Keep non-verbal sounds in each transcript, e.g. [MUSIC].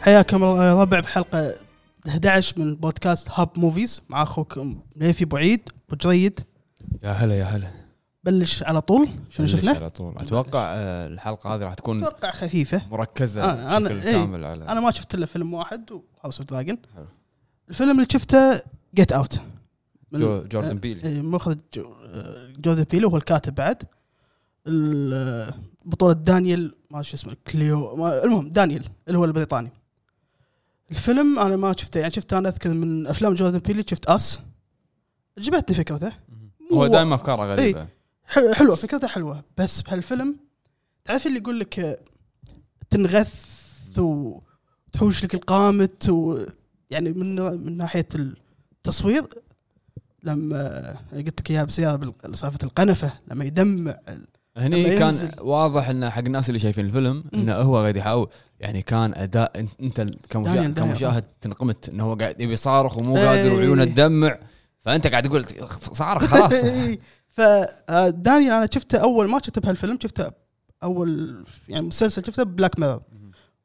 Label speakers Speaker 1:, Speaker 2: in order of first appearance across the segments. Speaker 1: حياكم الله يا ربع بحلقه 11 من بودكاست هاب موفيز مع اخوكم نيفي بعيد بجريد
Speaker 2: يا هلا يا هلا
Speaker 1: بلش على طول شنو
Speaker 2: بلش
Speaker 1: شفنا؟
Speaker 2: على طول اتوقع آه، الحلقه هذه راح تكون
Speaker 1: اتوقع خفيفه
Speaker 2: مركزه
Speaker 1: آه، أنا-
Speaker 2: بشكل
Speaker 1: إيه.
Speaker 2: كامل على
Speaker 1: انا ما شفت الا فيلم واحد وهاوس اوف دراجون
Speaker 2: حلو.
Speaker 1: الفيلم اللي شفته جيت اوت
Speaker 2: جو- جوردن
Speaker 1: إيه،
Speaker 2: بيل
Speaker 1: مخرج جو- آه، جوزيف بيل وهو الكاتب بعد ال- آه، بطولة دانيال ما شو اسمه كليو ما المهم دانيال اللي هو البريطاني الفيلم انا ما شفته يعني شفته انا اذكر من افلام جوردن بيل شفت اس عجبتني فكرته
Speaker 2: هو
Speaker 1: مو- إيه،
Speaker 2: دائما افكاره غريبه
Speaker 1: ح- حلوه فكرته حلوه بس بهالفيلم تعرف اللي يقول لك آه، تنغث وتحوش لك القامت و يعني من من ناحيه التصوير لما قلت لك اياها بسياره بال- سالفه القنفه لما يدمع لما
Speaker 2: هني كان
Speaker 1: ينزل.
Speaker 2: واضح انه حق الناس اللي شايفين الفيلم انه هو قاعد يحاول يعني كان اداء أنت- انت ال-
Speaker 1: دانيال-
Speaker 2: كمشاهد
Speaker 1: دانيال.
Speaker 2: كمشاهد تنقمت انه هو قاعد يبي يصارخ ومو
Speaker 1: إيه.
Speaker 2: قادر وعيونه تدمع فانت قاعد تقول صارخ
Speaker 1: [LAUGHS]
Speaker 2: خلاص
Speaker 1: فدانيال انا آه، شفته اول ما شفته بهالفيلم شفته اول يعني مسلسل شفته بلاك ميرور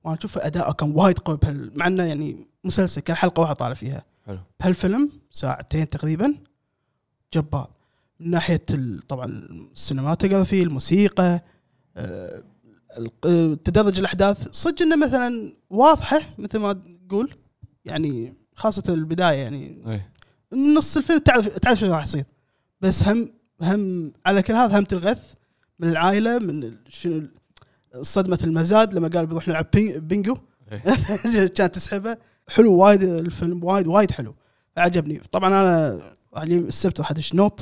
Speaker 1: وانا اشوف اداؤه كان وايد قوي بهال مع انه يعني مسلسل كان حلقه واحده طالع فيها
Speaker 2: حلو.
Speaker 1: بهالفيلم ساعتين تقريبا جبار من ناحيه ال- طبعا السينماتوجرافي الموسيقى آه، الق- آه، تدرج الاحداث صدق انه مثلا واضحه مثل ما تقول يعني خاصه البدايه يعني
Speaker 2: إيه.
Speaker 1: نص الفيلم تعرف تعرف شو راح يصير بس هم هم على كل هذا هم تلغث من العائله من ال- شنو ال- صدمه المزاد لما قال بنروح نلعب بين- بينجو [LAUGHS] كانت تسحبه حلو وايد الفيلم وايد وايد حلو عجبني طبعا انا اليوم السبت راح ادش نوب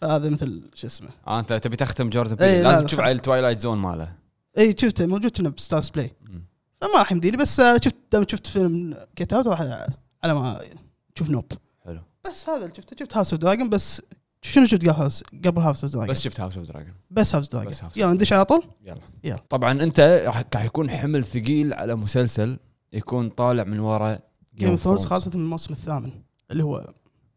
Speaker 1: فهذا مثل شو اسمه
Speaker 2: آه، انت تبي تختم جوردن
Speaker 1: إيه،
Speaker 2: بيل
Speaker 1: لا،
Speaker 2: لازم
Speaker 1: لا،
Speaker 2: تشوف
Speaker 1: خلاص.
Speaker 2: على التوايلايت زون ماله
Speaker 1: اي إيه، شفته موجود كنا بستارز بلاي
Speaker 2: مم.
Speaker 1: فما راح يمديني بس آه، شفت دام شفت فيلم جيت اوت راح أ- على ما تشوف نوب
Speaker 2: حلو.
Speaker 1: بس هذا اللي شفته شفت هاوس اوف دراجون بس شنو شفت قبل هاوس قبل هاوس اوف دراجون
Speaker 2: بس شفت هاوس اوف دراجون
Speaker 1: بس هاوس دراجون
Speaker 2: بس House of
Speaker 1: يلا ندش على طول
Speaker 2: يلا
Speaker 1: يلا.
Speaker 2: طبعا انت راح راح يكون حمل ثقيل على مسلسل يكون طالع من وراء
Speaker 1: جيم اوف ثرونز خاصه من الموسم الثامن اللي هو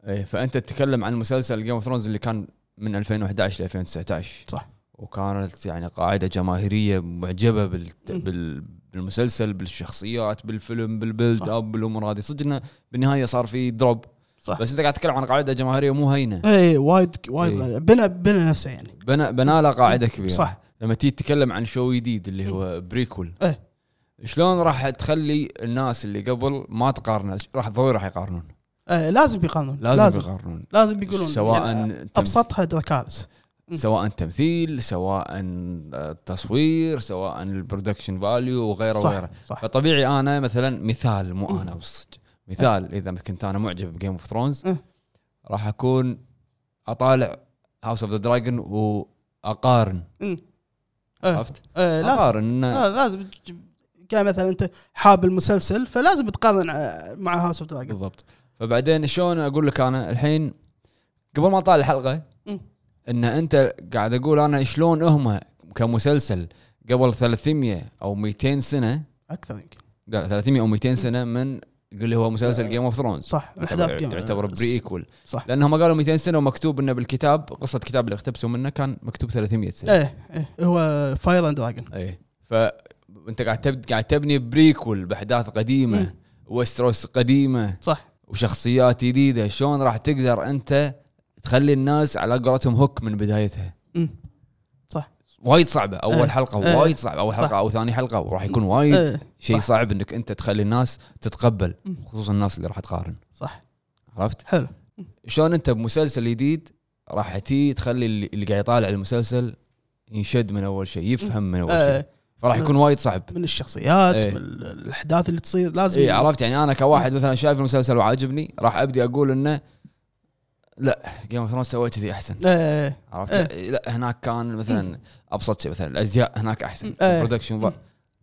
Speaker 2: ايه فانت تتكلم عن مسلسل جيم اوف ثرونز اللي كان من 2011 ل 2019
Speaker 1: صح.
Speaker 2: وكانت يعني قاعده جماهيريه معجبه بال...
Speaker 1: مم.
Speaker 2: بال... بالمسلسل بالشخصيات بالفيلم بالبيلد
Speaker 1: صح.
Speaker 2: اب بالامور هذه صدق انه بالنهايه صار في دروب
Speaker 1: صح
Speaker 2: بس انت قاعد تتكلم عن قاعده جماهيريه مو هينه
Speaker 1: اي وايد وايد
Speaker 2: إي.
Speaker 1: بنى بنى نفسه يعني
Speaker 2: بنا بنا لها قاعده كبيره
Speaker 1: صح
Speaker 2: لما تيجي تتكلم عن شو جديد اللي هو بريكول
Speaker 1: إيه.
Speaker 2: شلون راح تخلي الناس اللي قبل ما تقارنه راح ضروري راح يقارنون
Speaker 1: آه لازم بيقارنون
Speaker 2: لازم,
Speaker 1: لازم
Speaker 2: يقارنون
Speaker 1: لازم بيقولون
Speaker 2: سواء
Speaker 1: يعني
Speaker 2: تمثيل-
Speaker 1: ابسطها دراكارس مم.
Speaker 2: سواء تمثيل سواء التصوير سواء البرودكشن فاليو وغيره
Speaker 1: صح
Speaker 2: وغيره
Speaker 1: صح
Speaker 2: فطبيعي انا مثلا مثال
Speaker 1: مم.
Speaker 2: مو انا بالصدق مثال اذا كنت انا معجب بجيم اوف ثرونز
Speaker 1: مم.
Speaker 2: راح اكون اطالع هاوس اوف ذا دراجون واقارن
Speaker 1: مم. إيه.
Speaker 2: عرفت؟
Speaker 1: آه لازم
Speaker 2: اقارن
Speaker 1: آه لازم تج- كان مثلا انت حاب المسلسل فلازم تقارن ع- مع هاوس اوف دراجون
Speaker 2: [LAUGHS] بالضبط فبعدين شلون اقول لك انا الحين قبل ما اطالع الحلقه
Speaker 1: مم.
Speaker 2: ان انت قاعد اقول انا شلون هم كمسلسل قبل 300 او 200 سنه
Speaker 1: اكثر يمكن
Speaker 2: لا 300 او 200 سنه من اللي هو مسلسل جيم اوف ثرونز
Speaker 1: صح
Speaker 2: يعتبر,
Speaker 1: جيم-
Speaker 2: يعتبر
Speaker 1: آه،
Speaker 2: بريكول
Speaker 1: صح
Speaker 2: لانهم قالوا 200 سنه ومكتوب انه بالكتاب قصه كتاب اللي اقتبسوا منه كان مكتوب 300 سنه
Speaker 1: ايه ايه هو فاير اند دراجون
Speaker 2: اي فانت قاعد تب... قاعد تبني بريكول باحداث قديمه
Speaker 1: مم.
Speaker 2: وستروس قديمه
Speaker 1: صح
Speaker 2: وشخصيات جديده شلون راح تقدر انت تخلي الناس على قولتهم هوك من بدايتها
Speaker 1: مم.
Speaker 2: وايد صعبه اول
Speaker 1: إيه.
Speaker 2: حلقه
Speaker 1: إيه.
Speaker 2: وايد صعبه اول
Speaker 1: صح.
Speaker 2: حلقه او ثاني حلقه وراح يكون
Speaker 1: إيه.
Speaker 2: وايد شيء
Speaker 1: صح.
Speaker 2: صعب انك انت تخلي الناس تتقبل
Speaker 1: مم.
Speaker 2: خصوصا الناس اللي راح تقارن
Speaker 1: صح
Speaker 2: عرفت
Speaker 1: حلو
Speaker 2: شلون انت بمسلسل جديد راح تي تخلي اللي اللي قاعد يطالع المسلسل ينشد من اول شيء يفهم من اول شيء
Speaker 1: آه
Speaker 2: فراح يكون وايد صعب
Speaker 1: من الشخصيات
Speaker 2: إيه.
Speaker 1: من ال- الاحداث اللي تصير لازم
Speaker 2: اي عرفت يعني انا كواحد مثلا شايف المسلسل وعاجبني راح ابدي اقول انه لا جيم اوف ثرونز سويت كذي احسن
Speaker 1: ايه
Speaker 2: عرفت؟
Speaker 1: إيه.
Speaker 2: لا هناك كان مثلا ابسط شيء مثلا الازياء هناك احسن
Speaker 1: إيه.
Speaker 2: البرودكشن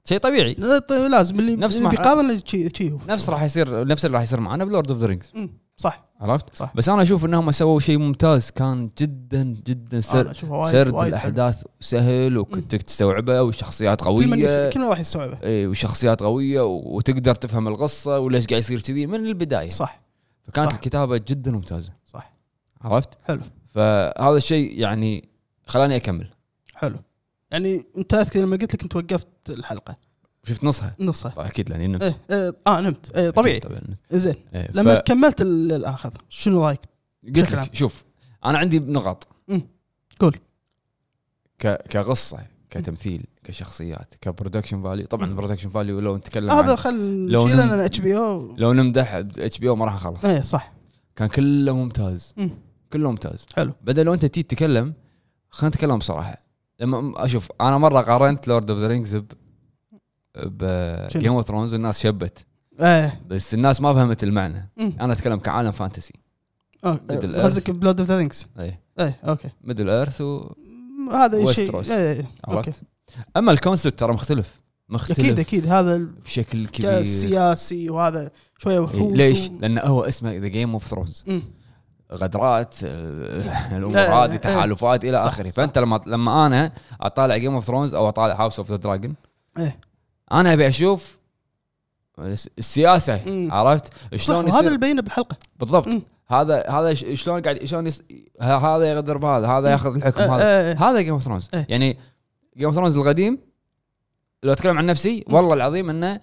Speaker 2: شيء طبيعي
Speaker 1: لا، طيب لازم اللي
Speaker 2: نفس
Speaker 1: اللي
Speaker 2: ما-
Speaker 1: بيقارن اللي شي شي هو.
Speaker 2: نفس راح يصير نفس اللي راح يصير معنا بلورد اوف ذا رينجز
Speaker 1: مم. صح
Speaker 2: عرفت؟
Speaker 1: صح
Speaker 2: بس انا اشوف انهم سووا شيء ممتاز كان جدا جدا
Speaker 1: أنا
Speaker 2: سر
Speaker 1: أشوفه وايد-
Speaker 2: سرد
Speaker 1: وايد حلو.
Speaker 2: الاحداث سهل وكنت تستوعبه والشخصيات
Speaker 1: كل من
Speaker 2: قويه
Speaker 1: يف- كل من راح يستوعبه
Speaker 2: اي وشخصيات قويه و- وتقدر تفهم القصه وليش قاعد يصير كذي من البدايه
Speaker 1: صح
Speaker 2: فكانت
Speaker 1: صح.
Speaker 2: الكتابه جدا ممتازه
Speaker 1: صح
Speaker 2: عرفت؟
Speaker 1: حلو
Speaker 2: فهذا الشيء يعني خلاني اكمل
Speaker 1: حلو يعني انت اذكر لما قلت لك انت وقفت الحلقه
Speaker 2: شفت نصها
Speaker 1: نصها
Speaker 2: طبعا اكيد لاني نمت
Speaker 1: ايه إيه، اه نمت إيه طبيعي
Speaker 2: أكيد طبعا
Speaker 1: زين
Speaker 2: إيه، ف-
Speaker 1: لما كملت ال- الاخر شنو رايك؟
Speaker 2: قلت
Speaker 1: بشكل عام.
Speaker 2: لك شوف انا عندي نقط
Speaker 1: مم. قول.
Speaker 2: ك... كقصه كتمثيل كشخصيات كبرودكشن فاليو طبعا
Speaker 1: مم.
Speaker 2: البرودكشن فاليو لو نتكلم
Speaker 1: آه، هذا
Speaker 2: عن
Speaker 1: خل
Speaker 2: لو
Speaker 1: نشيله
Speaker 2: نم-
Speaker 1: لان اتش بي او
Speaker 2: لو نمدح اتش بي او ما راح نخلص
Speaker 1: ايه صح
Speaker 2: كان كله ممتاز
Speaker 1: مم.
Speaker 2: كله ممتاز
Speaker 1: حلو.
Speaker 2: بدل لو انت تيجي تتكلم خلينا نتكلم بصراحه لما م- اشوف انا مره قارنت لورد اوف ذا رينجز ب
Speaker 1: شنو؟
Speaker 2: جيم اوف ثرونز والناس شبت
Speaker 1: ايه
Speaker 2: بس الناس ما فهمت المعنى
Speaker 1: مم.
Speaker 2: انا اتكلم كعالم فانتسي
Speaker 1: آه،
Speaker 2: Middle Earth.
Speaker 1: قصدك بلود اوف ذا رينجز
Speaker 2: ايه
Speaker 1: ايه اوكي
Speaker 2: ميدل ايرث و...
Speaker 1: م- هذا شيء
Speaker 2: Westeros.
Speaker 1: إيه، إيه، أوكي.
Speaker 2: عرفت اما الكونسبت ترى مختلف مختلف
Speaker 1: اكيد اكيد هذا ال-
Speaker 2: بشكل كبير
Speaker 1: سياسي وهذا شويه
Speaker 2: إيه،
Speaker 1: وحوش
Speaker 2: ليش؟
Speaker 1: و...
Speaker 2: لان هو اسمه ذا جيم اوف ثرونز
Speaker 1: مم.
Speaker 2: غدرات آه، الامور
Speaker 1: لا، لا،
Speaker 2: هذه
Speaker 1: لا.
Speaker 2: تحالفات الى
Speaker 1: صح،
Speaker 2: اخره
Speaker 1: صح.
Speaker 2: فانت لما لما انا اطالع جيم اوف ثرونز او اطالع هاوس اوف ذا دراجون
Speaker 1: إيه.
Speaker 2: انا ابي اشوف الس- السياسه
Speaker 1: مم.
Speaker 2: عرفت
Speaker 1: صح
Speaker 2: شلون
Speaker 1: وهذا
Speaker 2: يصير
Speaker 1: اللي بينه بالحلقه
Speaker 2: بالضبط
Speaker 1: مم.
Speaker 2: هذا هذا ش- شلون قاعد شلون يص... ه- هذا يغدر بهذا هذا ياخذ الحكم
Speaker 1: آه،
Speaker 2: هذا
Speaker 1: آه، آه.
Speaker 2: هذا جيم اوف ثرونز
Speaker 1: إيه.
Speaker 2: يعني جيم اوف ثرونز القديم لو اتكلم عن نفسي
Speaker 1: مم.
Speaker 2: والله العظيم انه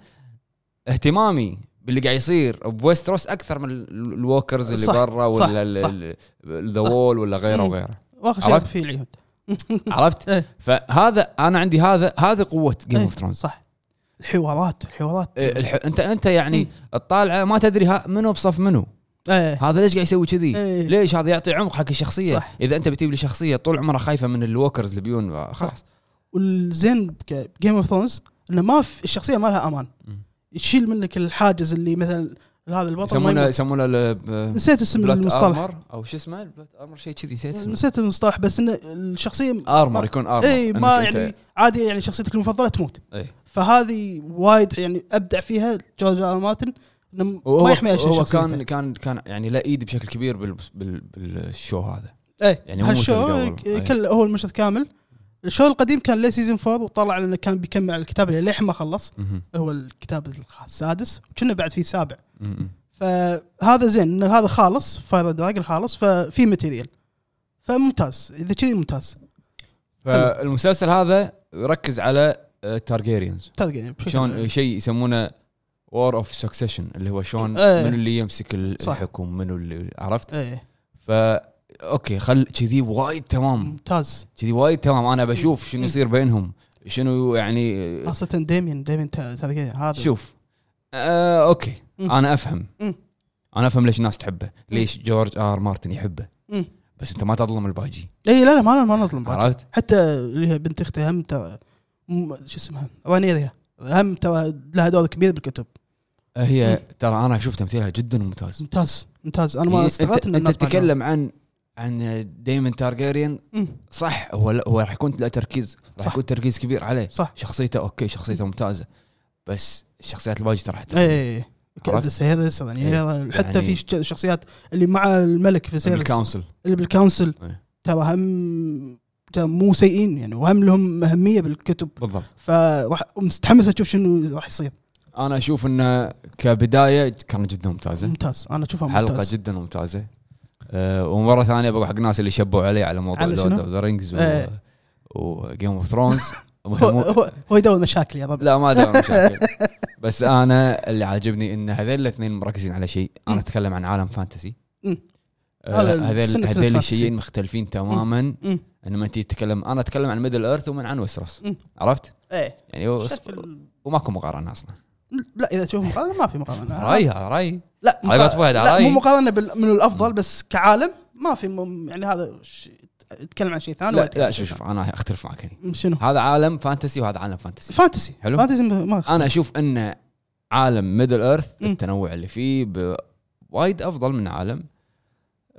Speaker 2: اهتمامي باللي قاعد يصير بويستروس اكثر من ال- ال- الووكرز اللي
Speaker 1: صح،
Speaker 2: برا
Speaker 1: صح،
Speaker 2: ولا
Speaker 1: صح.
Speaker 2: ذا وول ولا غيره
Speaker 1: مم.
Speaker 2: وغيره
Speaker 1: واخر شيء
Speaker 2: عرفت؟
Speaker 1: في العيون
Speaker 2: عرفت؟
Speaker 1: إيه.
Speaker 2: فهذا انا عندي هذا هذه قوه جيم
Speaker 1: إيه،
Speaker 2: اوف ثرونز
Speaker 1: صح الحوارات الحوارات
Speaker 2: إيه، انت انت يعني تطالعه ما تدري ها- منو بصف منو
Speaker 1: ايه
Speaker 2: هذا ليش قاعد يسوي كذي؟
Speaker 1: إيه.
Speaker 2: ليش هذا يعطي عمق حق الشخصيه
Speaker 1: صح.
Speaker 2: اذا انت بتجيب لي شخصيه طول عمرها خايفه من الووكرز اللي بيون خلاص
Speaker 1: والزين بجيم اوف ثرونز انه ما في الشخصيه ما لها امان
Speaker 2: مم.
Speaker 1: تشيل منك الحاجز اللي مثلا هذا البطل ما
Speaker 2: يسمونه
Speaker 1: يقدر-
Speaker 2: يسمونه ال-
Speaker 1: نسيت اسم
Speaker 2: بلات
Speaker 1: المصطلح
Speaker 2: ارمر او شو اسمه بلات ارمر شيء كذي نسيت اسمه
Speaker 1: نسيت المصطلح بس انه الشخصيه
Speaker 2: ارمر يكون ارمر
Speaker 1: اي ما
Speaker 2: إنك أنت-
Speaker 1: يعني عادي يعني شخصيتك المفضله تموت
Speaker 2: إيه.
Speaker 1: فهذه وايد يعني ابدع فيها جورج ار آر مارتن إنه
Speaker 2: وهو
Speaker 1: ما يحميها شيء
Speaker 2: هو
Speaker 1: شخصيته.
Speaker 2: كان كان كان يعني له ايد بشكل كبير بال بال بالشو هذا
Speaker 1: ايه
Speaker 2: يعني
Speaker 1: يعني
Speaker 2: مو
Speaker 1: هالشو
Speaker 2: مثل قبل.
Speaker 1: ك-
Speaker 2: إيه.
Speaker 1: كل هو المشهد كامل الشو القديم كان له سيزون 4 وطلع لانه كان بيكمل على الكتاب اللي للحين ما خلص
Speaker 2: مهم.
Speaker 1: هو الكتاب السادس وكنا بعد فيه سابع
Speaker 2: مهم.
Speaker 1: فهذا زين ان هذا خالص فاير دراجون خالص ففي ماتيريال فممتاز اذا كذي ممتاز
Speaker 2: فالمسلسل هذا يركز على التارجيريانز
Speaker 1: تارجن
Speaker 2: شلون شيء يسمونه وور اوف سكسيشن اللي هو شلون
Speaker 1: إيه.
Speaker 2: منو اللي يمسك ال-
Speaker 1: صح.
Speaker 2: الحكم منو اللي عرفت
Speaker 1: ايه
Speaker 2: فا اوكي خل كذي وايد تمام
Speaker 1: ممتاز
Speaker 2: كذي وايد تمام انا بشوف شنو يصير بينهم شنو يعني
Speaker 1: خاصة ديمين ديمين تارجن هذا
Speaker 2: شوف آه اوكي
Speaker 1: مم.
Speaker 2: انا افهم
Speaker 1: مم.
Speaker 2: انا افهم ليش الناس تحبه ليش جورج ار مارتن يحبه
Speaker 1: مم.
Speaker 2: بس انت ما تظلم الباجي
Speaker 1: اي إيه، لا لا ما ما نظلم بعد.
Speaker 2: عرفت
Speaker 1: حتى اللي هي بنت اختي هم ترى م- شو اسمها رانيا ذي. هم ترى لها دور كبير بالكتب
Speaker 2: آه، هي
Speaker 1: مم.
Speaker 2: ترى انا اشوف تمثيلها جدا ممتاز
Speaker 1: ممتاز ممتاز انا
Speaker 2: يعني
Speaker 1: ما
Speaker 2: أنت-
Speaker 1: استغربت ان
Speaker 2: انت
Speaker 1: الناس ما عجبهم.
Speaker 2: تتكلم عن عن ديمن تارجيريان
Speaker 1: مم.
Speaker 2: صح هو لا- هو راح يكون له تركيز راح
Speaker 1: صح.
Speaker 2: يكون تركيز كبير عليه
Speaker 1: صح
Speaker 2: شخصيته اوكي شخصيته ممتازه بس الشخصيات الباجي ترى راح تكون
Speaker 1: اي
Speaker 2: عرفت؟
Speaker 1: إيه، كذا سيرس رانيا حتى في
Speaker 2: يعني-
Speaker 1: ش- شخصيات اللي مع الملك في سيرس
Speaker 2: بالكونسل
Speaker 1: اللي بالكونسل
Speaker 2: إيه.
Speaker 1: ترى هم ترى مو سيئين يعني وهم لهم اهميه بالكتب
Speaker 2: بالضبط
Speaker 1: فراح مستحمس اشوف شنو راح يصير
Speaker 2: انا اشوف انه كبدايه كانت جدا ممتازه
Speaker 1: ممتاز انا اشوفها ممتاز
Speaker 2: حلقه جدا ممتازه أه ومره ثانيه بقول حق الناس اللي شبوا علي على موضوع
Speaker 1: على
Speaker 2: لورد
Speaker 1: شنو؟
Speaker 2: اوف ذا رينجز
Speaker 1: إيه.
Speaker 2: وجيم اوف ثرونز
Speaker 1: [LAUGHS] هو, هو, هو يدور مشاكل يا رب
Speaker 2: لا
Speaker 1: [LAUGHS]
Speaker 2: ما ادري عن مشاكل. بس انا اللي عاجبني ان هذول الاثنين مركزين على شيء انا
Speaker 1: مم.
Speaker 2: اتكلم عن عالم فانتسي
Speaker 1: مم.
Speaker 2: آه،
Speaker 1: هذا
Speaker 2: هذول
Speaker 1: السنة- سنة
Speaker 2: هذول
Speaker 1: فانتسي.
Speaker 2: الشيئين مختلفين تماما
Speaker 1: مم.
Speaker 2: انما انت تتكلم انا اتكلم عن ميدل ايرث ومن عن ويستروس
Speaker 1: مم.
Speaker 2: عرفت؟
Speaker 1: ايه
Speaker 2: يعني هو-
Speaker 1: شكل
Speaker 2: وماكو مقارنه اصلا
Speaker 1: لا اذا تشوف مقارنه ما في مقارنه
Speaker 2: رايي هذا رايي
Speaker 1: لا
Speaker 2: على قولة فهد،
Speaker 1: آه. لا
Speaker 2: رأي.
Speaker 1: مو مقارنه بال- من الافضل بس كعالم ما في م- يعني هذا ش- اتكلم عن شيء ثاني ولا
Speaker 2: لا
Speaker 1: أتكلم
Speaker 2: لا
Speaker 1: عن شيء
Speaker 2: شوف شوف انا اختلف معك هني
Speaker 1: ثاني. شنو
Speaker 2: هذا عالم فانتسي وهذا عالم فانتسي
Speaker 1: فانتسي
Speaker 2: حلو.
Speaker 1: فانتسي ما
Speaker 2: انا اشوف ان عالم ميدل ايرث
Speaker 1: مم.
Speaker 2: التنوع اللي فيه ب- وايد افضل من عالم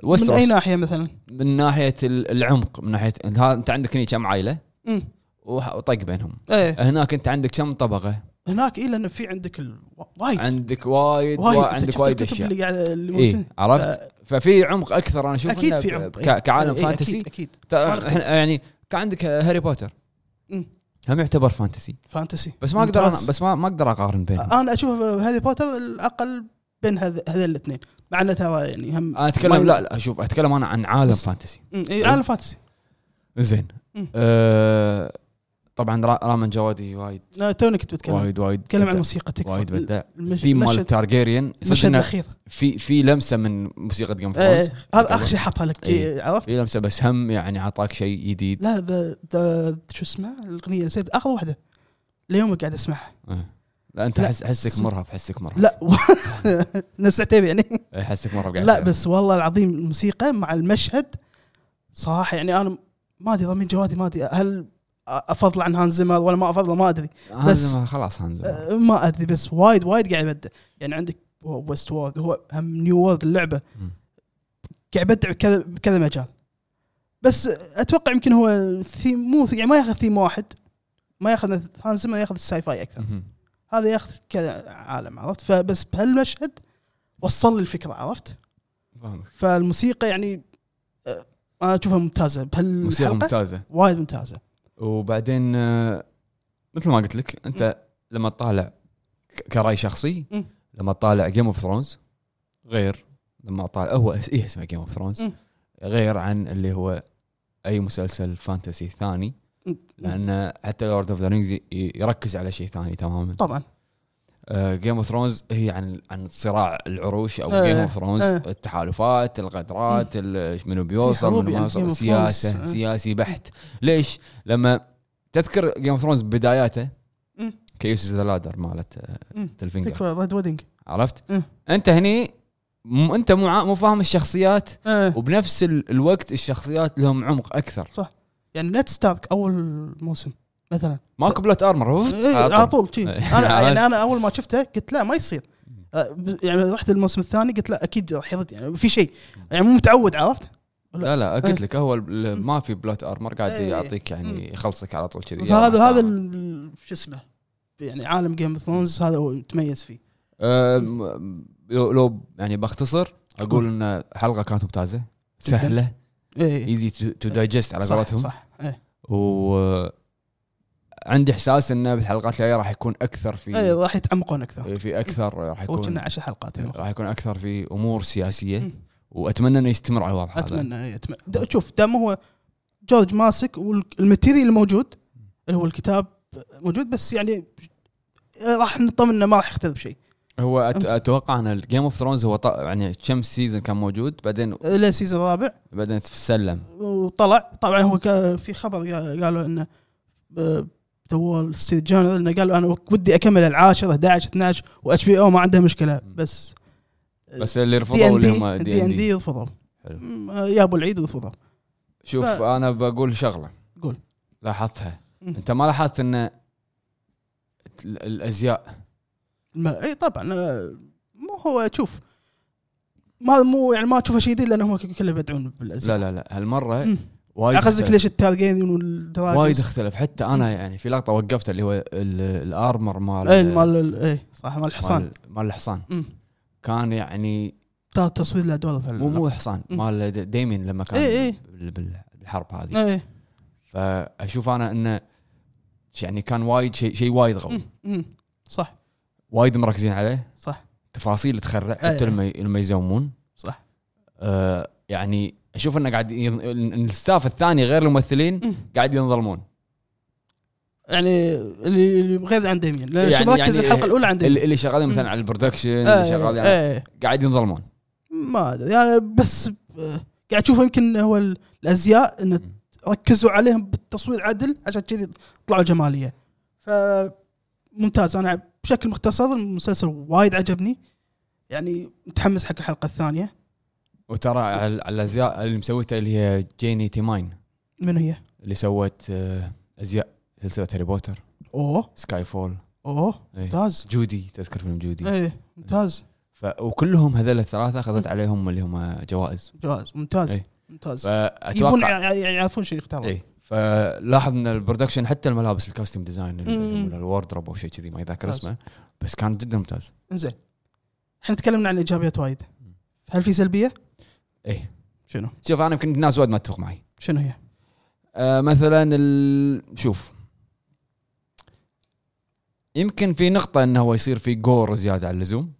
Speaker 1: من اي
Speaker 2: ويستروس
Speaker 1: ناحيه مثلا
Speaker 2: من ناحيه ال- العمق من ناحيه إن ها- انت عندك هني كم عائله
Speaker 1: مم.
Speaker 2: وح- وطق بينهم
Speaker 1: ايه
Speaker 2: هناك انت عندك كم طبقه
Speaker 1: هناك اي لان في عندك ال- وايد
Speaker 2: عندك وايد, وايد
Speaker 1: إيه. وايد أنت
Speaker 2: عندك
Speaker 1: شفت
Speaker 2: وايد
Speaker 1: الكتب
Speaker 2: اشياء
Speaker 1: اللي قاعد اللي
Speaker 2: اي
Speaker 1: موجودة؟
Speaker 2: عرفت ففي عمق اكثر انا اشوف
Speaker 1: اكيد
Speaker 2: إنه
Speaker 1: في
Speaker 2: ب-
Speaker 1: عمق
Speaker 2: ك-
Speaker 1: إيه.
Speaker 2: كعالم
Speaker 1: إيه،
Speaker 2: فانتسي
Speaker 1: اكيد, أكيد.
Speaker 2: تع- إحنا- يعني كان عندك هاري بوتر
Speaker 1: مم.
Speaker 2: هم يعتبر فانتسي
Speaker 1: فانتسي
Speaker 2: بس ما اقدر
Speaker 1: ممتاز.
Speaker 2: أنا بس ما ما اقدر اقارن بينهم
Speaker 1: انا اشوف هاري بوتر الاقل بين هذ- هذول الاثنين مع انه ترى يعني هم
Speaker 2: انا
Speaker 1: ما-
Speaker 2: اتكلم لا لا شوف اتكلم انا عن عالم
Speaker 1: بس-
Speaker 2: فانتسي
Speaker 1: مم، إيه، عالم فانتسي
Speaker 2: زين
Speaker 1: مم.
Speaker 2: آه طبعا را- رامن جوادي وايد
Speaker 1: لا، توني كنت بتكلم
Speaker 2: وايد وايد
Speaker 1: اتكلم
Speaker 2: بدع.
Speaker 1: عن موسيقى تكفى
Speaker 2: وايد بدع
Speaker 1: المش-
Speaker 2: الثيم مال
Speaker 1: مشهد-
Speaker 2: تارجيريان صدق
Speaker 1: المشهد
Speaker 2: إنه
Speaker 1: الاخير
Speaker 2: في في لمسه من موسيقى جيم اوف
Speaker 1: إيه، هذا اخر
Speaker 2: شيء
Speaker 1: شيء حطها لك
Speaker 2: إيه.
Speaker 1: عرفت؟
Speaker 2: في لمسه بس هم يعني عطاك شيء جديد
Speaker 1: لا ذا ذا شو اسمه الاغنيه نسيت اخر واحده ليومك قاعد اسمعها
Speaker 2: إيه. لا انت
Speaker 1: لا،
Speaker 2: حس حسك
Speaker 1: صدق. مرهف-
Speaker 2: مرهف حسك مرهف إيه،
Speaker 1: لا [LAUGHS] نفس عتيبي يعني
Speaker 2: حسك مرهف قاعد
Speaker 1: لا بس والله العظيم الموسيقى مع المشهد صراحه يعني انا ما ادري ضمين جوادي ما ادري هل افضل عن هانز زيمر ولا ما افضله ما ادري بس-
Speaker 2: بس خلاص هانز
Speaker 1: أه، ما ادري بس وايد وايد قاعد يبدع يعني عندك ويست وورد هو هم نيو وورد اللعبه
Speaker 2: مم.
Speaker 1: قاعد يبدع بكذا بكذا مجال بس اتوقع يمكن هو ثيم مو يعني ما ياخذ ثيم واحد ما ياخذ هانز زيمر ياخذ الساي فاي اكثر هذا ياخذ كذا عالم عرفت فبس بهالمشهد وصل لي الفكره عرفت
Speaker 2: فاهمك
Speaker 1: فالموسيقى يعني آه، انا اشوفها ممتازه
Speaker 2: موسيقى
Speaker 1: بهالحلقه
Speaker 2: ممتازه
Speaker 1: وايد ممتازه
Speaker 2: وبعدين آه، مثل ما قلت لك انت لما تطالع ك- كراي شخصي
Speaker 1: مم.
Speaker 2: لما تطالع جيم اوف ثرونز غير لما اطالع هو اس- إيه اسمه جيم اوف ثرونز
Speaker 1: مم.
Speaker 2: غير عن اللي هو اي مسلسل فانتسي ثاني لان حتى لورد اوف ذا رينجز يركز على شيء ثاني تماما
Speaker 1: طبعا
Speaker 2: جيم اوف ثرونز هي عن عن صراع العروش او
Speaker 1: إيه،
Speaker 2: جيم اوف ثرونز
Speaker 1: إيه.
Speaker 2: التحالفات الغدرات ال- منو بيوصل
Speaker 1: حروب
Speaker 2: منو ما
Speaker 1: يعني Game
Speaker 2: يوصل
Speaker 1: of Thrones.
Speaker 2: سياسه
Speaker 1: إيه.
Speaker 2: سياسي بحت ليش؟ لما تذكر جيم اوف ثرونز بداياته
Speaker 1: مم.
Speaker 2: كيوسز ذا لادر مالت آه،
Speaker 1: مم.
Speaker 2: تلفينجر
Speaker 1: إيه. تكفى إيه. ريد ويدنج
Speaker 2: عرفت؟
Speaker 1: مم.
Speaker 2: انت هني م- انت مو عا- مو فاهم الشخصيات وبنفس ال- الوقت الشخصيات لهم عمق اكثر
Speaker 1: يعني نت ستارك اول موسم مثلا
Speaker 2: ماكو بلوت ارمر
Speaker 1: إيه، على طول شي
Speaker 2: إيه. [LAUGHS]
Speaker 1: انا يعني انا اول ما شفته قلت لا ما يصير آه، ب- يعني رحت الموسم الثاني قلت لا اكيد راح يرد يعني في شيء يعني مو متعود عرفت؟
Speaker 2: لا لا قلت
Speaker 1: إيه.
Speaker 2: لك هو ال- ال- ما في بلوت ارمر قاعد
Speaker 1: إيه.
Speaker 2: يعطيك يعني يخلصك على طول كذي
Speaker 1: فهذا هذا ال- شو اسمه يعني عالم جيم اوف ثرونز هذا هو يتميز فيه
Speaker 2: أم- لو لو يعني بختصر اقول ان الحلقه كانت ممتازه سهله
Speaker 1: ايه
Speaker 2: ايزي تو دايجست على
Speaker 1: صح،
Speaker 2: قولتهم
Speaker 1: صح إيه.
Speaker 2: و عندي احساس انه بالحلقات الجايه راح يكون اكثر
Speaker 1: ايه
Speaker 2: في
Speaker 1: راح يتعمقون اكثر
Speaker 2: في اكثر راح
Speaker 1: هو
Speaker 2: إيه، يكون إيه.
Speaker 1: كنا 10 حلقات يعني.
Speaker 2: راح يكون اكثر في امور سياسيه
Speaker 1: مم.
Speaker 2: واتمنى انه يستمر على الوضع هذا
Speaker 1: اتمنى إيه، اتمنى دا- شوف دام هو جورج ماسك والماتيريال الموجود اللي هو الكتاب موجود بس يعني آه، راح نطمن انه ما راح يختلف شيء
Speaker 2: هو أت-
Speaker 1: أم-
Speaker 2: اتوقع ان جيم اوف ثرونز هو طا- يعني كم سيزون كان موجود بعدين
Speaker 1: آه، الى السيزون الرابع
Speaker 2: بعدين تسلم
Speaker 1: إيه. وطلع طبعا هو كا- في خبر قا- قالوا انه آه، تو الستيت جنرال انه قالوا انا ودي اكمل العاشر 11 12 واتش بي او ما عندها مشكله بس
Speaker 2: بس اللي رفضوا
Speaker 1: دي ان
Speaker 2: اللي هم
Speaker 1: دي
Speaker 2: دي ان دي
Speaker 1: رفضوا
Speaker 2: حلو.
Speaker 1: م، آه، يابوا العيد ورفضوا
Speaker 2: شوف
Speaker 1: ف-
Speaker 2: انا بقول شغله
Speaker 1: قول.
Speaker 2: لاحظتها
Speaker 1: مم.
Speaker 2: انت ما لاحظت ان ال- الازياء
Speaker 1: ما اي طبعا آه، مو هو شوف ما مو يعني ما تشوفه شيء جديد لانهم ك- كلهم يبدعون
Speaker 2: لا
Speaker 1: بالازياء
Speaker 2: لا لا هالمره
Speaker 1: مم.
Speaker 2: وايد
Speaker 1: اقصدك
Speaker 2: اختلف.
Speaker 1: ليش التارجين والدراجون
Speaker 2: وايد اختلف حتى انا يعني في لقطه وقفت اللي هو ال- الارمر مال
Speaker 1: اي إيه، مال ال- اي صح مال الحصان
Speaker 2: مال, مال الحصان
Speaker 1: مم.
Speaker 2: كان يعني
Speaker 1: تا- تصوير له دور في ال-
Speaker 2: مو مو حصان
Speaker 1: مم. إيه،
Speaker 2: مال د- ديمين لما كان
Speaker 1: إي إي.
Speaker 2: بال- بال- بالحرب هذه
Speaker 1: اي
Speaker 2: فاشوف انا انه يعني كان وايد شيء شيء وايد
Speaker 1: مم.
Speaker 2: قوي
Speaker 1: مم. صح
Speaker 2: وايد مركزين عليه
Speaker 1: صح
Speaker 2: تفاصيل تخرع
Speaker 1: أي.
Speaker 2: حتى لما لما يزومون
Speaker 1: صح
Speaker 2: آه يعني اشوف انه قاعد ين... إن الستاف الثاني غير الممثلين
Speaker 1: مم.
Speaker 2: قاعد ينظلمون
Speaker 1: يعني اللي اللي غير عن ديمين لان
Speaker 2: يعني-
Speaker 1: يعني مركز
Speaker 2: يعني
Speaker 1: الحلقه الاولى عن
Speaker 2: اللي,
Speaker 1: ديمين
Speaker 2: اللي شغالين مثلا
Speaker 1: مم.
Speaker 2: على البرودكشن
Speaker 1: إيه،
Speaker 2: اللي يعني. شغالين على...
Speaker 1: إيه.
Speaker 2: قاعد ينظلمون
Speaker 1: ما ادري يعني بس آه، قاعد اشوفه يمكن هو ال- الازياء انه
Speaker 2: مم.
Speaker 1: ركزوا عليهم بالتصوير عدل عشان كذي طلعوا جماليه ف ممتاز انا بشكل مختصر المسلسل وايد عجبني يعني متحمس حق الحلقه الثانيه
Speaker 2: وترى على ال- على الازياء اللي مسويتها اللي هي جيني تيماين
Speaker 1: من هي؟
Speaker 2: اللي سوت آه ازياء سلسله هاري بوتر
Speaker 1: اوه
Speaker 2: سكاي فول
Speaker 1: اوه
Speaker 2: إيه.
Speaker 1: ممتاز
Speaker 2: جودي تذكر فيلم جودي
Speaker 1: ايه ممتاز
Speaker 2: ف... وكلهم هذول الثلاثه اخذت عليهم اللي هم جوائز
Speaker 1: جواز ممتاز
Speaker 2: إيه.
Speaker 1: ممتاز يبون
Speaker 2: فاتوقع
Speaker 1: يع- يع- يعرفون شو يختارون
Speaker 2: اي فلاحظ ان إيه. البرودكشن حتى الملابس الكاستيوم ديزاين اللي
Speaker 1: مم.
Speaker 2: يسمونه الوردروب او شيء كذي ما يذكر
Speaker 1: ممتاز.
Speaker 2: اسمه بس كان جدا ممتاز
Speaker 1: انزين احنا تكلمنا عن الايجابيات وايد
Speaker 2: مم. إيه.
Speaker 1: هل في سلبيه؟
Speaker 2: اي
Speaker 1: شنو؟
Speaker 2: شوف انا يمكن الناس وايد ما تتفق معي
Speaker 1: شنو هي؟
Speaker 2: أه مثلا ال... شوف يمكن في نقطة انه هو يصير في جور زيادة على اللزوم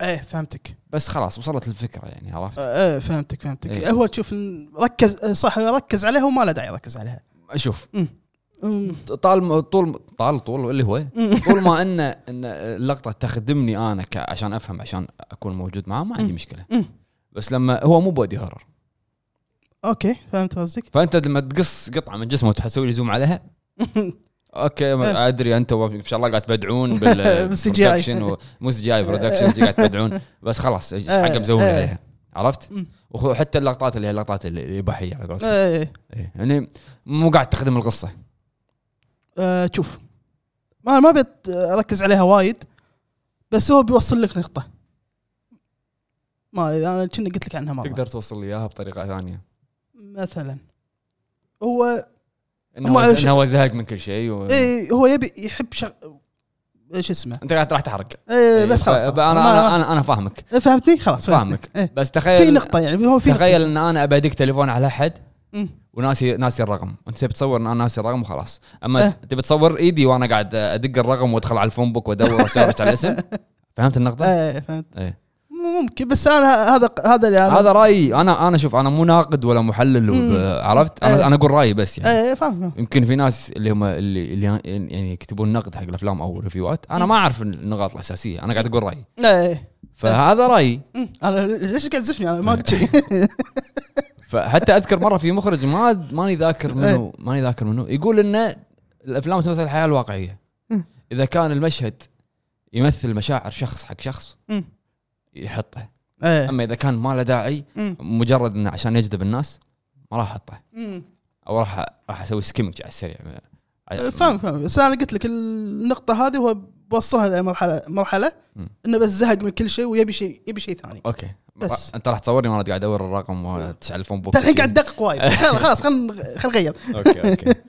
Speaker 1: ايه فهمتك
Speaker 2: بس خلاص وصلت الفكرة يعني عرفت
Speaker 1: آه، ايه فهمتك فهمتك
Speaker 2: إيه.
Speaker 1: إيه. هو تشوف إن ركز آه، صح ركز عليها وما له داعي يركز عليها
Speaker 2: شوف
Speaker 1: مم. أم.
Speaker 2: طال طول طال طول اللي هو
Speaker 1: [LAUGHS]
Speaker 2: طول ما ان ان اللقطه تخدمني انا ك- عشان افهم عشان اكون موجود معاه ما عندي
Speaker 1: مم.
Speaker 2: مشكله
Speaker 1: مم.
Speaker 2: بس لما هو مو بودي هورر
Speaker 1: اوكي فهمت قصدك
Speaker 2: فانت لما تقص قطعه من جسمه وتسوي لي
Speaker 1: [LAUGHS]
Speaker 2: زوم عليها اوكي ما
Speaker 1: إيه.
Speaker 2: ادري انت ان شاء الله قاعد
Speaker 1: [LAUGHS]
Speaker 2: تبدعون بال
Speaker 1: بالسي جي آي.
Speaker 2: production و- مو سي جي
Speaker 1: [LAUGHS]
Speaker 2: اي برودكشن قاعد تبدعون بس خلاص حق مزون
Speaker 1: إيه.
Speaker 2: عليها عرفت؟
Speaker 1: مم.
Speaker 2: وحتى اللقطات اللي هي اللقطات ال- الاباحيه على قولتهم
Speaker 1: إيه.
Speaker 2: إيه، يعني مو قاعد تخدم القصه
Speaker 1: آه، شوف ما ما بت- اركز عليها وايد بس هو بيوصل لك نقطه ما انا كنا قلت لك عنها مره
Speaker 2: تقدر توصل لي اياها بطريقه ثانيه
Speaker 1: مثلا هو
Speaker 2: انه
Speaker 1: هم
Speaker 2: هو-
Speaker 1: عايش-
Speaker 2: انه هو زهق من كل شيء و...
Speaker 1: إيه هو يبي يحب شغ... ايش اسمه
Speaker 2: انت قاعد راح تحرق
Speaker 1: إيه بس
Speaker 2: ف-
Speaker 1: خلاص, خلاص.
Speaker 2: ب- انا
Speaker 1: ما- إيه،
Speaker 2: انا انا, أنا فاهمك
Speaker 1: فهمتني خلاص
Speaker 2: فاهمك
Speaker 1: إيه.
Speaker 2: بس
Speaker 1: في
Speaker 2: تخيل
Speaker 1: نقطه يعني هو في
Speaker 2: تخيل ان انا ابي ادق تليفون على احد
Speaker 1: نقطة.
Speaker 2: وناسي ناسي الرقم انت تبي تصور ان انا ناسي الرقم وخلاص اما
Speaker 1: إيه.
Speaker 2: أه. تبي تصور ايدي وانا قاعد ادق الرقم وادخل على الفنبوك وادور واسيرش
Speaker 1: [LAUGHS]
Speaker 2: على الاسم فهمت النقطه
Speaker 1: ايه فهمت
Speaker 2: إيه.
Speaker 1: مو ممكن بس انا هذا هذا اللي انا
Speaker 2: هذا رايي انا انا شوف انا مو ناقد ولا محلل وب-
Speaker 1: مم.
Speaker 2: عرفت انا
Speaker 1: إيه.
Speaker 2: انا اقول رايي بس يعني
Speaker 1: ايه فاهم
Speaker 2: يمكن في ناس اللي هم اللي, اللي يعني يكتبون نقد حق الافلام او ريفيوات
Speaker 1: إيه.
Speaker 2: انا ما اعرف النقاط الاساسيه انا قاعد اقول رايي
Speaker 1: ايه
Speaker 2: فهذا رايي
Speaker 1: مم. انا ليش قاعد تزفني انا ما قلت شيء
Speaker 2: فحتى اذكر مره في مخرج ما ماني
Speaker 1: إيه.
Speaker 2: ذاكر منه ماني ذاكر منه يقول انه الافلام تمثل الحياه الواقعيه
Speaker 1: مم.
Speaker 2: اذا كان المشهد يمثل مشاعر شخص حق شخص
Speaker 1: مم.
Speaker 2: يحطه
Speaker 1: ايه
Speaker 2: اما اذا كان ما له داعي
Speaker 1: مم.
Speaker 2: مجرد انه عشان يجذب الناس ما راح احطه
Speaker 1: مم.
Speaker 2: او راح راح اسوي سكيمنج على السريع
Speaker 1: إيه، فاهم فاهم بس انا قلت لك النقطه هذه هو بوصلها لمرحله مرحله
Speaker 2: مم.
Speaker 1: انه بس زهق من كل شيء ويبي شيء يبي شيء ثاني
Speaker 2: اوكي
Speaker 1: بس.
Speaker 2: بس. انت راح تصورني وانا قاعد ادور الرقم وتشعل الفون بوك
Speaker 1: انت الحين قاعد تدقق
Speaker 2: [LAUGHS]
Speaker 1: وايد خلاص خلاص خلينا خلينا نغير
Speaker 2: اوكي اوكي اوكي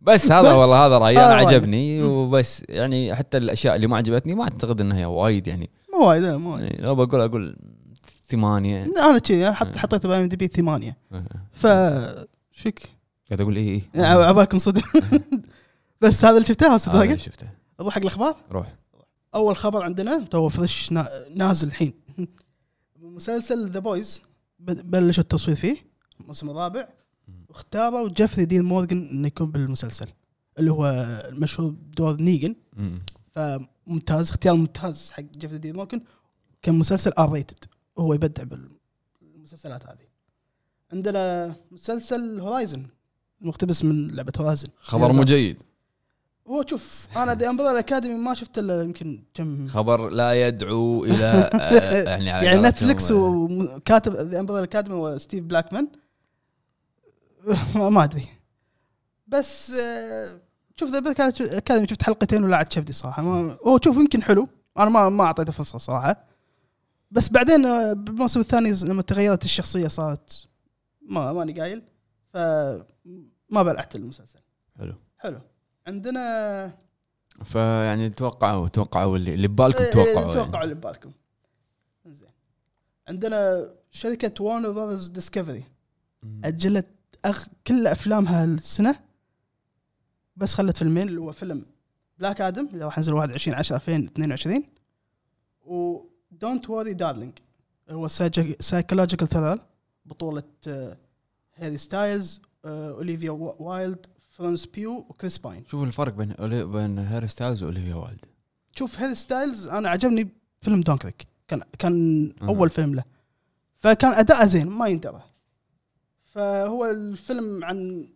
Speaker 2: بس هذا
Speaker 1: بس. آه،
Speaker 2: والله هذا رايي انا
Speaker 1: هذا رأيي.
Speaker 2: عجبني وبس يعني حتى الاشياء اللي ما عجبتني ما اعتقد انها هي وايد يعني
Speaker 1: مو وايد لا، مو وايد
Speaker 2: يعني لو بقول اقول ثمانية
Speaker 1: انا كذي انا حط حطيته باي ام دي بي ثمانيه ف شك
Speaker 2: قاعد إيه، اقول اي اي
Speaker 1: يعني عبالكم [LAUGHS] صدق بس هذا اللي شفته هذا صدق
Speaker 2: إيه، شفته
Speaker 1: اروح حق الاخبار
Speaker 2: روح
Speaker 1: اول خبر عندنا تو فريش نا- نازل الحين مسلسل ذا بويز بلشوا التصوير فيه الموسم الرابع واختاروا جيفري دين مورغان انه يكون بالمسلسل اللي هو المشهور بدور نيجن
Speaker 2: مم.
Speaker 1: فممتاز اختيار ممتاز حق جيفري دين مورغان كمسلسل ار ريتد هو يبدع بالمسلسلات هذه عندنا مسلسل هورايزن مقتبس من لعبه هورايزن
Speaker 2: خبر مو جيد
Speaker 1: هو شوف انا ذا امبريلا اكاديمي ما شفت الا يمكن كم
Speaker 2: خبر لا يدعو الى
Speaker 1: [LAUGHS]
Speaker 2: آه، يعني على
Speaker 1: يعني
Speaker 2: قولتهم،
Speaker 1: نتفلكس
Speaker 2: آه،
Speaker 1: وكاتب ذا امبريلا اكاديمي وستيف بلاكمان [LAUGHS] ما ادري بس آه، شوف ذا امبريلا اكاديمي شفت حلقتين ولا عاد شبدي صراحه ما هو شوف يمكن حلو انا ما ما اعطيته فرصه صراحه بس بعدين آه، بالموسم الثاني لما تغيرت الشخصيه صارت ما ماني قايل فما بلعت المسلسل
Speaker 2: حلو.
Speaker 1: حلو عندنا
Speaker 2: فيعني توقعوا توقعوا اللي اللي ببالكم
Speaker 1: إيه،
Speaker 2: توقعوا
Speaker 1: توقعوا اللي ببالكم زين عندنا شركه وارنر براذرز ديسكفري
Speaker 2: يعني.
Speaker 1: اجلت أغ... كل افلامها السنه بس خلت فيلمين اللي هو فيلم بلاك ادم اللي راح ينزل 21 10 2022 و دونت وري دارلينج اللي هو سايكولوجيكال ثريل بطوله آه، هاري ستايلز آه، اوليفيا وا- وايلد فرانس بيو وكريس باين
Speaker 2: شوف الفرق بين أولي- بين هاري ستايلز واوليفيا والد
Speaker 1: شوف هيل ستايلز انا عجبني فيلم دونكريك كان كان
Speaker 2: أها.
Speaker 1: اول فيلم له فكان اداءه زين ما يندرى فهو الفيلم عن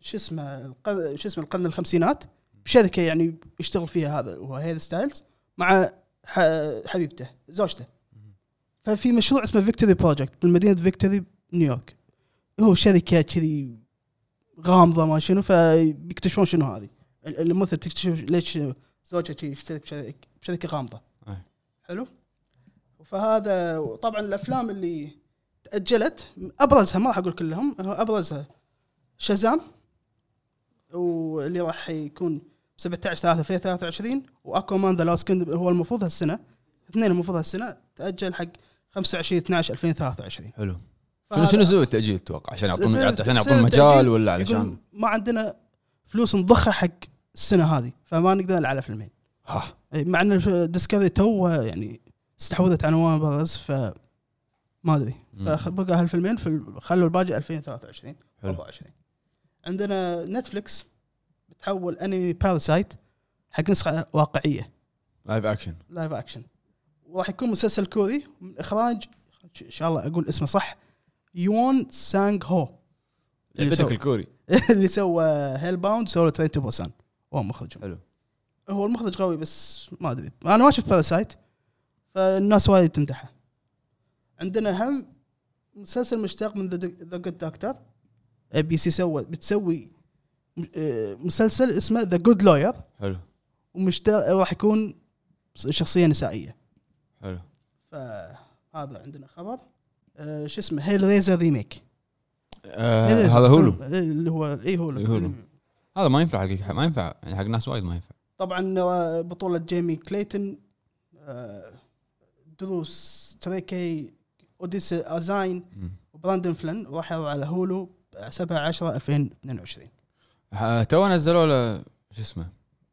Speaker 1: شو اسمه الق- شو اسمه القرن الخمسينات بشركه يعني يشتغل فيها هذا هو هيل ستايلز مع ح- حبيبته زوجته ففي مشروع اسمه فيكتوري بروجكت بالمدينه فيكتوري نيويورك هو شركه كذي غامضه ما شنو فبيكتشفون شنو هذه ال- الممثل تكتشف ليش زوجها شي يشترك بشركه بشركه غامضه
Speaker 2: أي.
Speaker 1: حلو فهذا طبعا الافلام اللي تاجلت ابرزها ما راح اقول كلهم هو ابرزها شازام واللي راح يكون 17 3 في 23 واكو مان ذا لاست كيندم هو المفروض هالسنه اثنين المفروض هالسنه تاجل حق 25 12 2023
Speaker 2: حلو شنو
Speaker 1: فهذا-
Speaker 2: شنو سبب التاجيل تتوقع عشان يعطون
Speaker 1: سبب-
Speaker 2: عشان
Speaker 1: سبب
Speaker 2: يعطون مجال
Speaker 1: التأجيل
Speaker 2: ولا
Speaker 1: يقول
Speaker 2: علشان
Speaker 1: ما عندنا فلوس نضخها حق السنه هذه فما نقدر نلعب على فيلمين
Speaker 2: ها
Speaker 1: إي، إيه، مع ان ديسكفري تو يعني استحوذت على ون براذرز ف ما ادري
Speaker 2: مم.
Speaker 1: فبقى هالفيلمين في ال- خلوا الباقي 2023
Speaker 2: حلو.
Speaker 1: 24 عندنا نتفلكس بتحول انمي باراسايت حق نسخه واقعيه
Speaker 2: لايف اكشن
Speaker 1: لايف اكشن وراح يكون مسلسل كوري من اخراج ان شاء الله اقول اسمه صح يون سانغ هو اللي
Speaker 2: لعبتك
Speaker 1: سوى-
Speaker 2: الكوري
Speaker 1: [LAUGHS] اللي سوى هيل باوند سولو ترين تو بوسان هو مخرجهم
Speaker 2: حلو
Speaker 1: هو المخرج قوي بس ما ادري انا ما شفت باراسايت فالناس وايد تمدحه عندنا هم مسلسل مشتاق من ذا جود دكتور بي سي سوى بتسوي م- آه، مسلسل اسمه ذا جود لوير
Speaker 2: حلو
Speaker 1: ومشتاق راح يكون شخصيه نسائيه
Speaker 2: حلو
Speaker 1: فهذا عندنا خبر آه، شو اسمه هيل ريزر ريميك
Speaker 2: آه،
Speaker 1: Hellraiser. إيه،
Speaker 2: هذا هولو
Speaker 1: اللي هو اي
Speaker 2: إي
Speaker 1: هولو
Speaker 2: هولو. هذا ما ينفع حق ما ينفع يعني حق ناس وايد ما ينفع
Speaker 1: طبعا آه، بطولة جيمي كليتون آه، دروس تريكي اوديسي ازاين
Speaker 2: مم.
Speaker 1: وبراندن فلن راح يعرض على هولو 7 10 2022
Speaker 2: آه، تو نزلوا له شو اسمه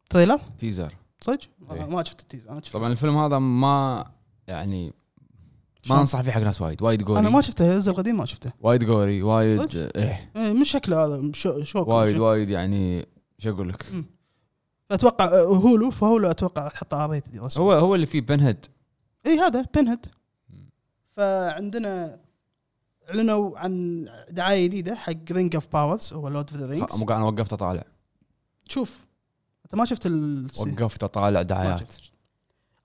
Speaker 1: تريلر
Speaker 2: تيزر
Speaker 1: صدق؟ ما-
Speaker 2: إيه.
Speaker 1: ما شفت التيزر انا شفت
Speaker 2: طبعا الفيلم هذا ما يعني ما
Speaker 1: شلون؟
Speaker 2: انصح فيه حق ناس وايد وايد جوري
Speaker 1: انا ما شفته هيلز القديم ما شفته
Speaker 2: وايد جوري وايد
Speaker 1: صدق؟
Speaker 2: ايه
Speaker 1: إيه، من شكله هذا شو- شوك
Speaker 2: وايد
Speaker 1: شو-
Speaker 2: وايد يعني شو اقول لك
Speaker 1: مم. اتوقع آه، هولو فهولو اتوقع حطه ار ريتد رسمي
Speaker 2: هو هو اللي فيه بنهد
Speaker 1: اي إيه، هذا بين هيد
Speaker 2: مم.
Speaker 1: فعندنا اعلنوا عن دعايه جديده حق رينج اوف باورز هو لورد اوف ذا رينجز
Speaker 2: انا وقفت اطالع
Speaker 1: شوف انت ما شفت ال
Speaker 2: وقفت اطالع
Speaker 1: ما
Speaker 2: دعايات
Speaker 1: شفت.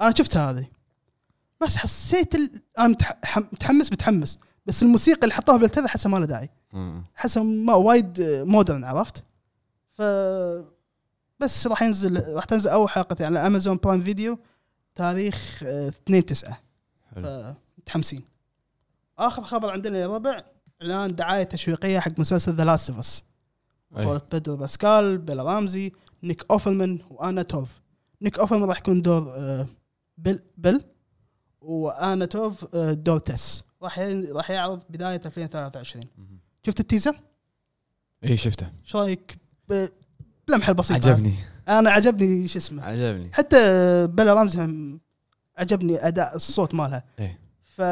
Speaker 1: انا شفتها هذه بس حسيت ال... انا متح- حم- متحمس متحمس بس الموسيقى اللي حطوها بالتذا حسها ما له داعي
Speaker 2: مم.
Speaker 1: حسها ما وايد مودرن عرفت ف بس راح ينزل راح تنزل اول حلقتين على امازون برايم فيديو تاريخ آه، 2 9
Speaker 2: حلو
Speaker 1: فمتحمسين اخر خبر عندنا يا ربع اعلان دعايه تشويقيه حق مسلسل ذا لاست اوف اس بطوله
Speaker 2: أي.
Speaker 1: بيدرو باسكال بيلا رامزي نيك اوفلمان وانا توف نيك اوفلمان راح يكون دور آه، بيل بيل وانا توف آه، دور تس راح ي- راح يعرض بدايه 2023
Speaker 2: مم.
Speaker 1: شفت التيزر؟
Speaker 2: ايه شفته
Speaker 1: ايش رايك ب- بلمحه بسيطه
Speaker 2: عجبني
Speaker 1: انا عجبني شو اسمه
Speaker 2: عجبني
Speaker 1: حتى بيلا رامزي هم عجبني اداء الصوت مالها
Speaker 2: إيه.
Speaker 1: ف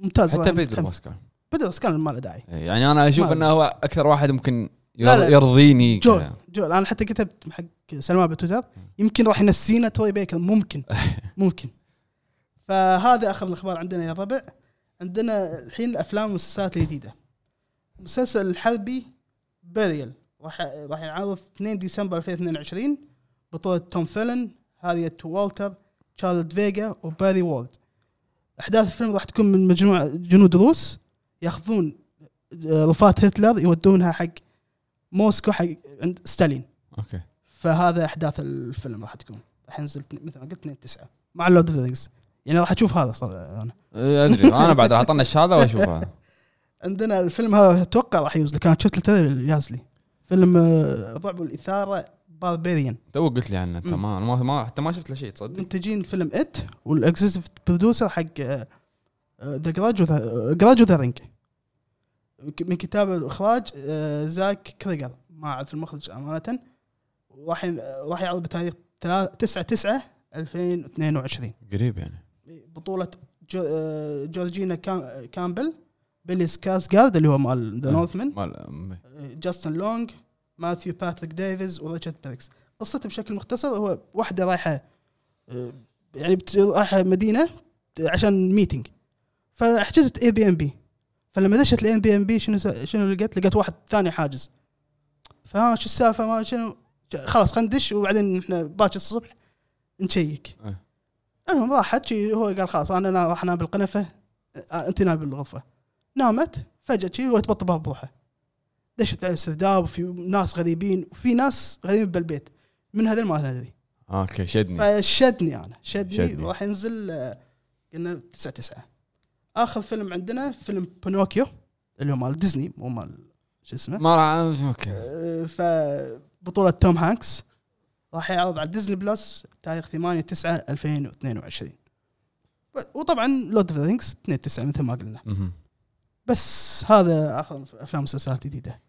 Speaker 1: ممتاز
Speaker 2: حتى
Speaker 1: أنا
Speaker 2: بيدرو
Speaker 1: متحمس.
Speaker 2: باسكال
Speaker 1: بدرس كان ما له داعي
Speaker 2: إيه، يعني انا اشوف
Speaker 1: ما-
Speaker 2: انه هو اكثر واحد ممكن ير-
Speaker 1: لا، لا.
Speaker 2: يرضيني
Speaker 1: جول
Speaker 2: كذا.
Speaker 1: جول انا حتى كتبت حق سلمان بتويتر يمكن راح ينسينا توي بيكر ممكن ممكن فهذا اخر الاخبار عندنا يا ربع عندنا الحين الافلام والمسلسلات الجديده المسلسل الحربي باريل راح راح ينعرض 2 ديسمبر 2022 بطولة توم فيلن هاريت والتر تشارلد فيجا وباري وورد احداث الفيلم راح تكون من مجموعة جنود روس ياخذون آه، رفات هتلر يودونها حق موسكو حق عند ستالين
Speaker 2: اوكي
Speaker 1: فهذا احداث الفيلم راح تكون راح ينزل مثل ما قلت 2 9 مع لورد اوف ذا يعني راح اشوف هذا صار انا
Speaker 2: إيه، ادري انا بعد راح اطنش هذا واشوف هذا
Speaker 1: عندنا الفيلم هذا اتوقع راح يوز لك انا شفت التريلر ياز لي فيلم آه، الرعب والاثاره باربيريان
Speaker 2: تو قلت لي عنه انت ما أنا ما- ما حتى ما شفت له شيء تصدق
Speaker 1: منتجين فيلم ات والاكزيستيف برودوسر حق آه، ذا جراج جراج وذا رينج من كتابه واخراج آه، زاك كريجر ما اعرف المخرج امانه راح ين- آه، راح يعرض بتاريخ 9 9 2022
Speaker 2: قريب يعني
Speaker 1: بطولة جو آه، جورجينا كام- كامبل بيلي سكاسجارد اللي هو مال ذا
Speaker 2: آه.
Speaker 1: نورثمان
Speaker 2: مال
Speaker 1: جاستن لونج ماثيو باتريك ديفيز وريتشارد بريكس قصته بشكل مختصر هو واحدة رايحة آه، يعني بت- رايحة مدينة عشان ميتنج فحجزت اي بي ام بي فلما دشت الاي بي ام بي شنو س- شنو لقيت؟ لقيت واحد ثاني حاجز فها شو السالفة ما شنو خلاص خلينا ندش وبعدين احنا باكر الصبح نشيك
Speaker 2: إيه.
Speaker 1: المهم راحت شي هو قال خلاص انا أنا راح انام بالقنفه آه، انت نام بالغرفه نامت فجاه شي هو تبط باب بروحه دشت على استرداب وفي ناس غريبين وفي ناس غريبين بالبيت من هذول ما ادري
Speaker 2: اوكي آه،
Speaker 1: طيب.
Speaker 2: شدني
Speaker 1: فشدني انا شدني,
Speaker 2: شدني.
Speaker 1: شدني. وراح ينزل آه، قلنا 9 9 اخر فيلم عندنا فيلم بينوكيو اللي هو مال ديزني مو مال شو اسمه
Speaker 2: ما راح اوكي
Speaker 1: فبطولة توم هانكس راح يعرض على ديزني بلس تاريخ 8 9 2022 وطبعا لورد اوف ذا رينجز 2 9 مثل ما قلنا
Speaker 2: مهم.
Speaker 1: بس هذا اخر افلام مسلسلات جديده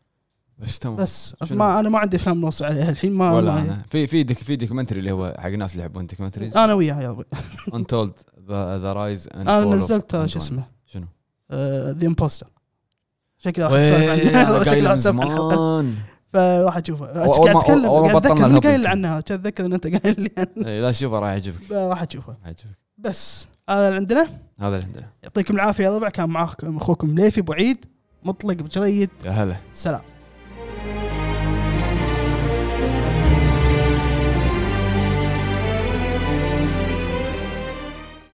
Speaker 2: بس تمام
Speaker 1: بس
Speaker 2: شنو؟
Speaker 1: ما انا ما عندي افلام نوصل عليها الحين ما
Speaker 2: ولا
Speaker 1: ما-
Speaker 2: انا في في دك في دوكيومنتري اللي هو حق الناس اللي يحبون دوكيومنتريز
Speaker 1: انا وياها يا
Speaker 2: يعني
Speaker 1: ربي
Speaker 2: انتولد ذا رايز
Speaker 1: انا نزلت آه، شو اسمه آه،
Speaker 2: شنو؟
Speaker 1: ذا امبوستر شكله راح نسولف
Speaker 2: ويه،
Speaker 1: عنه.
Speaker 2: أنا قايل
Speaker 1: [LAUGHS] شكله راح
Speaker 2: من
Speaker 1: نسولف عن الحلقة.
Speaker 2: زمان
Speaker 1: فراح اشوفه
Speaker 2: أول
Speaker 1: قاعد
Speaker 2: ما-
Speaker 1: اتكلم
Speaker 2: أول ما
Speaker 1: قاعد
Speaker 2: بطلنا
Speaker 1: اتكلم
Speaker 2: الهبل.
Speaker 1: قايل عنها كان اتذكر ان انت قايل لي عنها
Speaker 2: إيه، لا شوفه راح يعجبك
Speaker 1: فراح اشوفه
Speaker 2: راح يعجبك
Speaker 1: بس هذا اللي عندنا
Speaker 2: هذا اللي عندنا
Speaker 1: يعطيكم العافيه يا ربع كان معاكم اخوكم ليفي ابو عيد مطلق بجريد
Speaker 2: يا هلا
Speaker 1: سلام